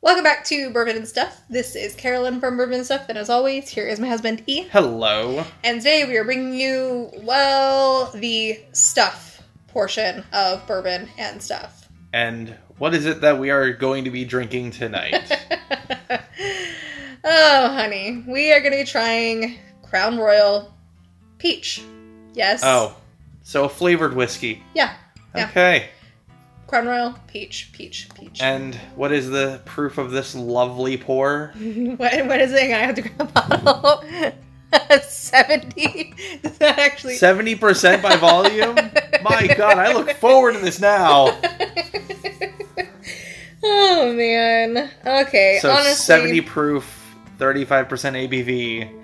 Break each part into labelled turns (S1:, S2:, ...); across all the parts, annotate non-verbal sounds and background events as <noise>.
S1: Welcome back to Bourbon and Stuff. This is Carolyn from Bourbon and Stuff, and as always, here is my husband E.
S2: Hello.
S1: And today we are bringing you, well, the stuff portion of Bourbon and Stuff. <laughs>
S2: And what is it that we are going to be drinking tonight?
S1: <laughs> oh, honey, we are going to be trying Crown Royal Peach. Yes.
S2: oh, so a flavored whiskey.
S1: Yeah. Yeah.
S2: Okay.
S1: Crown Royal Peach, Peach, Peach.
S2: And what is the proof of this lovely pour?
S1: <laughs> what, what is it? I have to grab a bottle. <laughs> 70. Does <laughs> that actually.
S2: 70%
S1: <laughs>
S2: by volume? My god, I look forward to this now.
S1: oh man. Okay.
S2: So
S1: honestly,
S2: 70 proof, 35% ABV.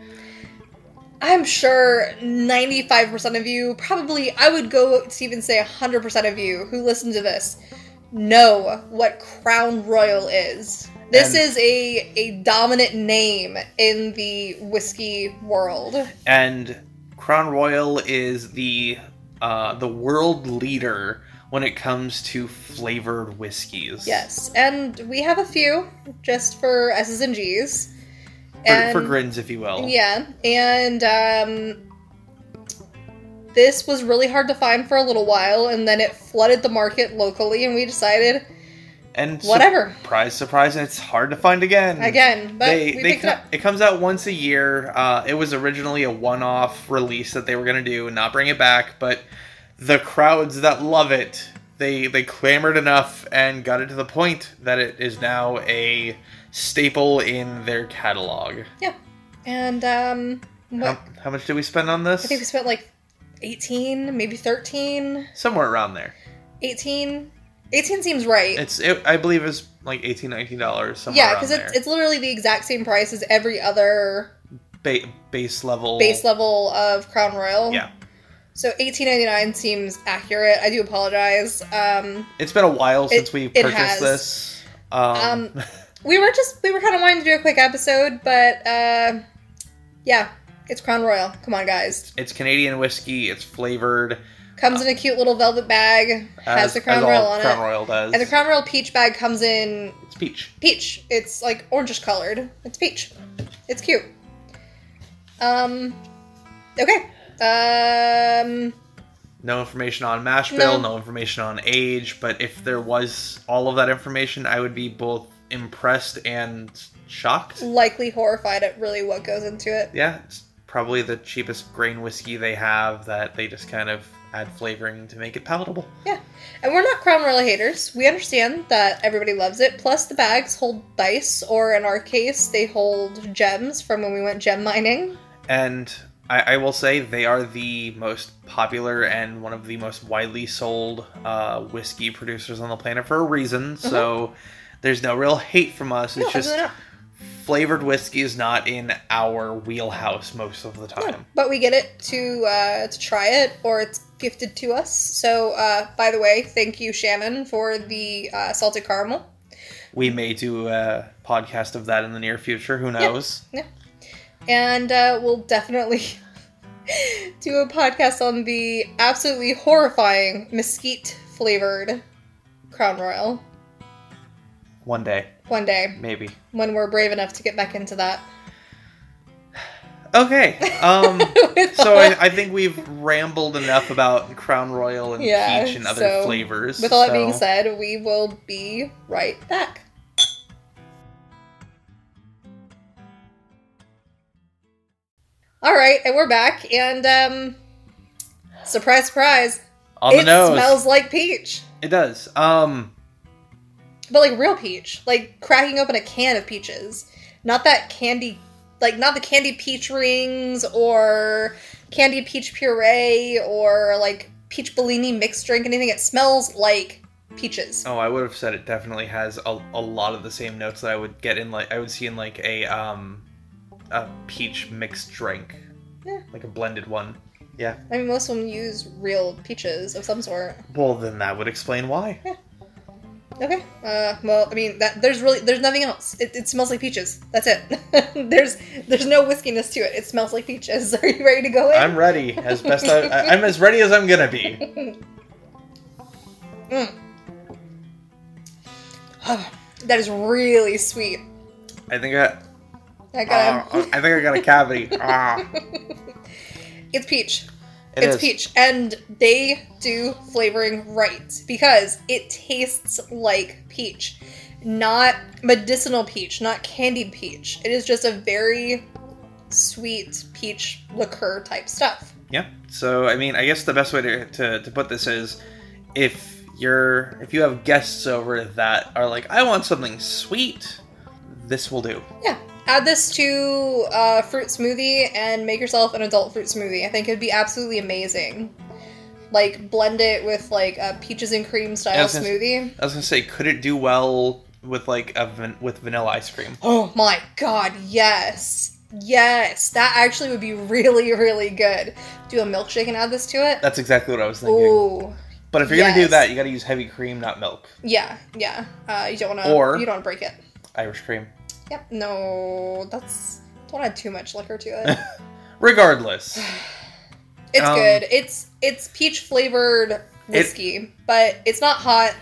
S1: I'm sure 95% of you, probably I would go to even say 100% of you who listen to this, know what Crown Royal is. This
S2: And-
S1: is a a dominant name in the whiskey world.
S2: And Crown Royal is the uh, the world leader when it comes to flavored whiskeys.
S1: Yes, and we have a few just for S's and G's.
S2: For, for grins, if you will.
S1: Yeah, and um, this was really hard to find for a little while, and then it flooded the market locally, and we decided
S2: And su-
S1: whatever
S2: Surprise, surprise, it's hard to find again.
S1: again. But
S2: They,
S1: we
S2: they
S1: picked
S2: co-
S1: it up.
S2: it comes out once a year. Uh, it was originally a one-off release that they were going to do and not bring it back, but the crowds that love it, they they clamored enough and got it to the point that it is now a staple in their catalog.
S1: And um, what,
S2: How, how much did we spend on this?
S1: I think we spent like 18, maybe 13,
S2: Somewhere around there.
S1: 18. 18 seems right.
S2: It's it, I believe it's like 18 dollars somewhere
S1: yeah,
S2: around
S1: because it's,
S2: there.
S1: it's literally the exact same price as every other
S2: ba- base level.
S1: base level of Crown Royal.
S2: Yeah.
S1: So 18.99 seems accurate. I do apologize. Um,
S2: It's been a while since we
S1: it
S2: purchased
S1: has.
S2: this. Um,
S1: Um, we were just we were kind of wanting to do a quick episode, but uh, yeah, it's Crown Royal. Come on, guys.
S2: <laughs> it's Canadian whiskey. It's flavored.
S1: Comes in a cute little velvet bag, has
S2: as-
S1: the Crown
S2: as all
S1: Royal on
S2: Crown
S1: it,
S2: Royal does.
S1: and the Crown Royal peach bag comes in
S2: it's peach.
S1: peach. It's like orangish colored. It's peach. It's cute. Um, okay. Um,
S2: No information on mash
S1: No.
S2: bill. No information on age. But if there was all of that information, I would be both impressed and shocked.
S1: likely horrified at really what goes into it.
S2: Yeah, it's probably the cheapest grain whiskey they have that they just kind of add flavoring to make it palatable.
S1: And we're not Crown Royal haters. We understand that everybody loves it. Plus, the bags hold dice, or in our case, they hold gems from when we went gem mining.
S2: And I, I will say they are the most popular and one of the most widely sold uh, whiskey producers on the planet for a reason. So there's no real hate from us.
S1: Mm-hmm.
S2: It's
S1: No,
S2: just
S1: absolutely not.
S2: flavored whiskey is not in our wheelhouse most of the time.
S1: No. But we get it to uh, to try it, or it's gifted to us. So, uh, by the way, thank you, Shannon, for the uh, salted caramel.
S2: We may do a podcast of that in the near future. Who knows?
S1: And uh, we'll definitely <laughs> do a podcast on the absolutely horrifying mesquite flavored Crown Royal
S2: One day,
S1: one day
S2: maybe.
S1: when we're brave enough to get back into that.
S2: Okay.
S1: <laughs>
S2: Um.
S1: With
S2: so
S1: all that-
S2: I, I think we've rambled enough about Crown Royal and
S1: Yeah,
S2: peach and other
S1: so,
S2: flavors.
S1: With all that
S2: so-
S1: being said, we will be right back. All right, and we're back, and um, surprise, surprise,
S2: on the
S1: it
S2: nose,
S1: smells like peach,
S2: it does. Um.
S1: but like real peach, like cracking open a can of peaches, not that candy, like not the candy peach rings or candy peach puree or like peach Bellini mixed drink, anything. It smells like peaches.
S2: Oh, I would have said it definitely has a, a lot of the same notes that I would get in like I would see in like a um a peach mixed drink,
S1: Yeah.
S2: like a blended one. Yeah.
S1: I mean, most of them use real peaches of some sort.
S2: Well, then that would explain
S1: <laughs>
S2: why.
S1: Okay. Uh, well, I mean, that there's really there's nothing else. It, it smells like peaches. That's it. <laughs> there's there's no whiskiness to it. It smells like peaches. <laughs> Are you ready to go in?
S2: I'm ready as best I, I I'm as ready as I'm gonna be.
S1: Mm. <sighs> That is really sweet.
S2: I think I,
S1: I got
S2: Ah, I think I got a cavity. Ah,
S1: It's peach. <laughs>
S2: It
S1: it's
S2: is.
S1: peach. And they do flavoring right because it tastes like peach. Not medicinal peach, not candied peach. It is just a very sweet peach liqueur type stuff.
S2: Yep. So I mean, I guess the best way to, to, to put this is if you're if you have guests over that are like, I want something sweet, this will do.
S1: Yeah. Add this to uh, fruit smoothie and make yourself an adult fruit smoothie. I think it'd be absolutely amazing. Like blend it with like a peaches and cream
S2: Yeah, I
S1: style
S2: was gonna-
S1: smoothie.
S2: I was gonna say, could it do well with like a van- with vanilla ice cream?
S1: Oh my god, yes. Yes. That actually would be really, really good. Do a milkshake and add this to it.
S2: That's exactly what I was thinking.
S1: Ooh.
S2: but if you're gonna do
S1: yes.
S2: that, you gotta use heavy cream, not milk.
S1: Yeah, yeah. Uh, you don't wanna
S2: Or-
S1: you don't wanna break it.
S2: Irish cream.
S1: Yep. No, that's don't add too much liquor to
S2: <laughs>
S1: it. <sighs>
S2: Regardless,
S1: It's
S2: Um,
S1: good. It's it's peach flavored whiskey, but it's not hot.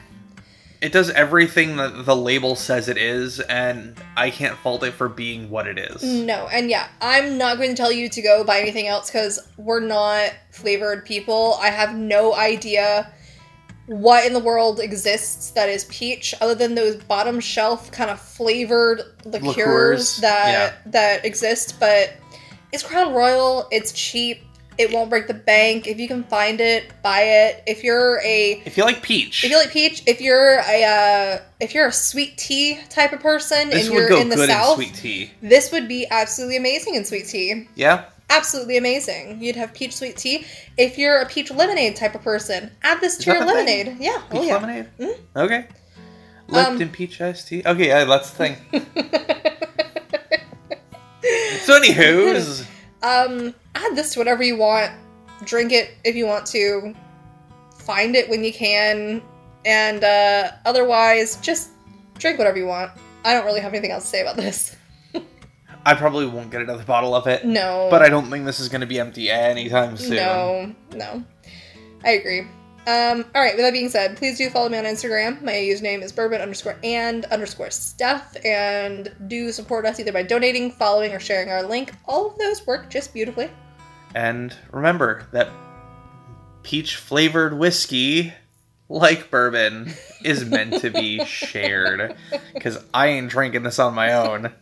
S2: it does everything that the label says it is, and I can't fault it for being what it is.
S1: No, and yeah, I'm not going to tell you to go buy anything else because we're not flavored people. I have no idea what in the world exists that is peach other than those bottom shelf kind of flavored liqueurs,
S2: Liqueurs,
S1: that that exist. But it's Crown Royal. It's cheap. It won't break the bank. If you can find it, buy it. If you're a
S2: If you like peach,
S1: if you like peach, if you're a uh, if you're a sweet tea type of person
S2: this
S1: and
S2: would
S1: you're
S2: go
S1: in the
S2: good
S1: south,
S2: in sweet tea.
S1: this would be absolutely amazing in sweet tea.
S2: Yeah,
S1: Absolutely amazing. You'd have peach sweet tea. If you're a peach lemonade type of person, add this to
S2: Is that
S1: your
S2: the thing?
S1: lemonade. Yeah.
S2: peach
S1: oh, yeah. Um,
S2: lemonade. Okay, Lipton peach iced tea. Okay, yeah, that's the
S1: <laughs>
S2: thing.
S1: <laughs>
S2: so, anywho's,
S1: Um, add this to whatever you want. Drink it if you want to. Find it when you can. And uh, otherwise, just drink whatever you want. I don't really have anything else to say about this. <laughs>
S2: I probably won't get another bottle of it,
S1: No.
S2: but I don't think this is going to be empty anytime soon.
S1: No, no. I agree. Um, all right, with that being said, please do follow me on Instagram. My username is bourbon underscore and underscore stuff. And do support us either by donating, following, or sharing our link. All of those work just beautifully.
S2: And remember that peach flavored whiskey, like bourbon, is meant
S1: <laughs>
S2: to be shared. Because I ain't drinking this on my own.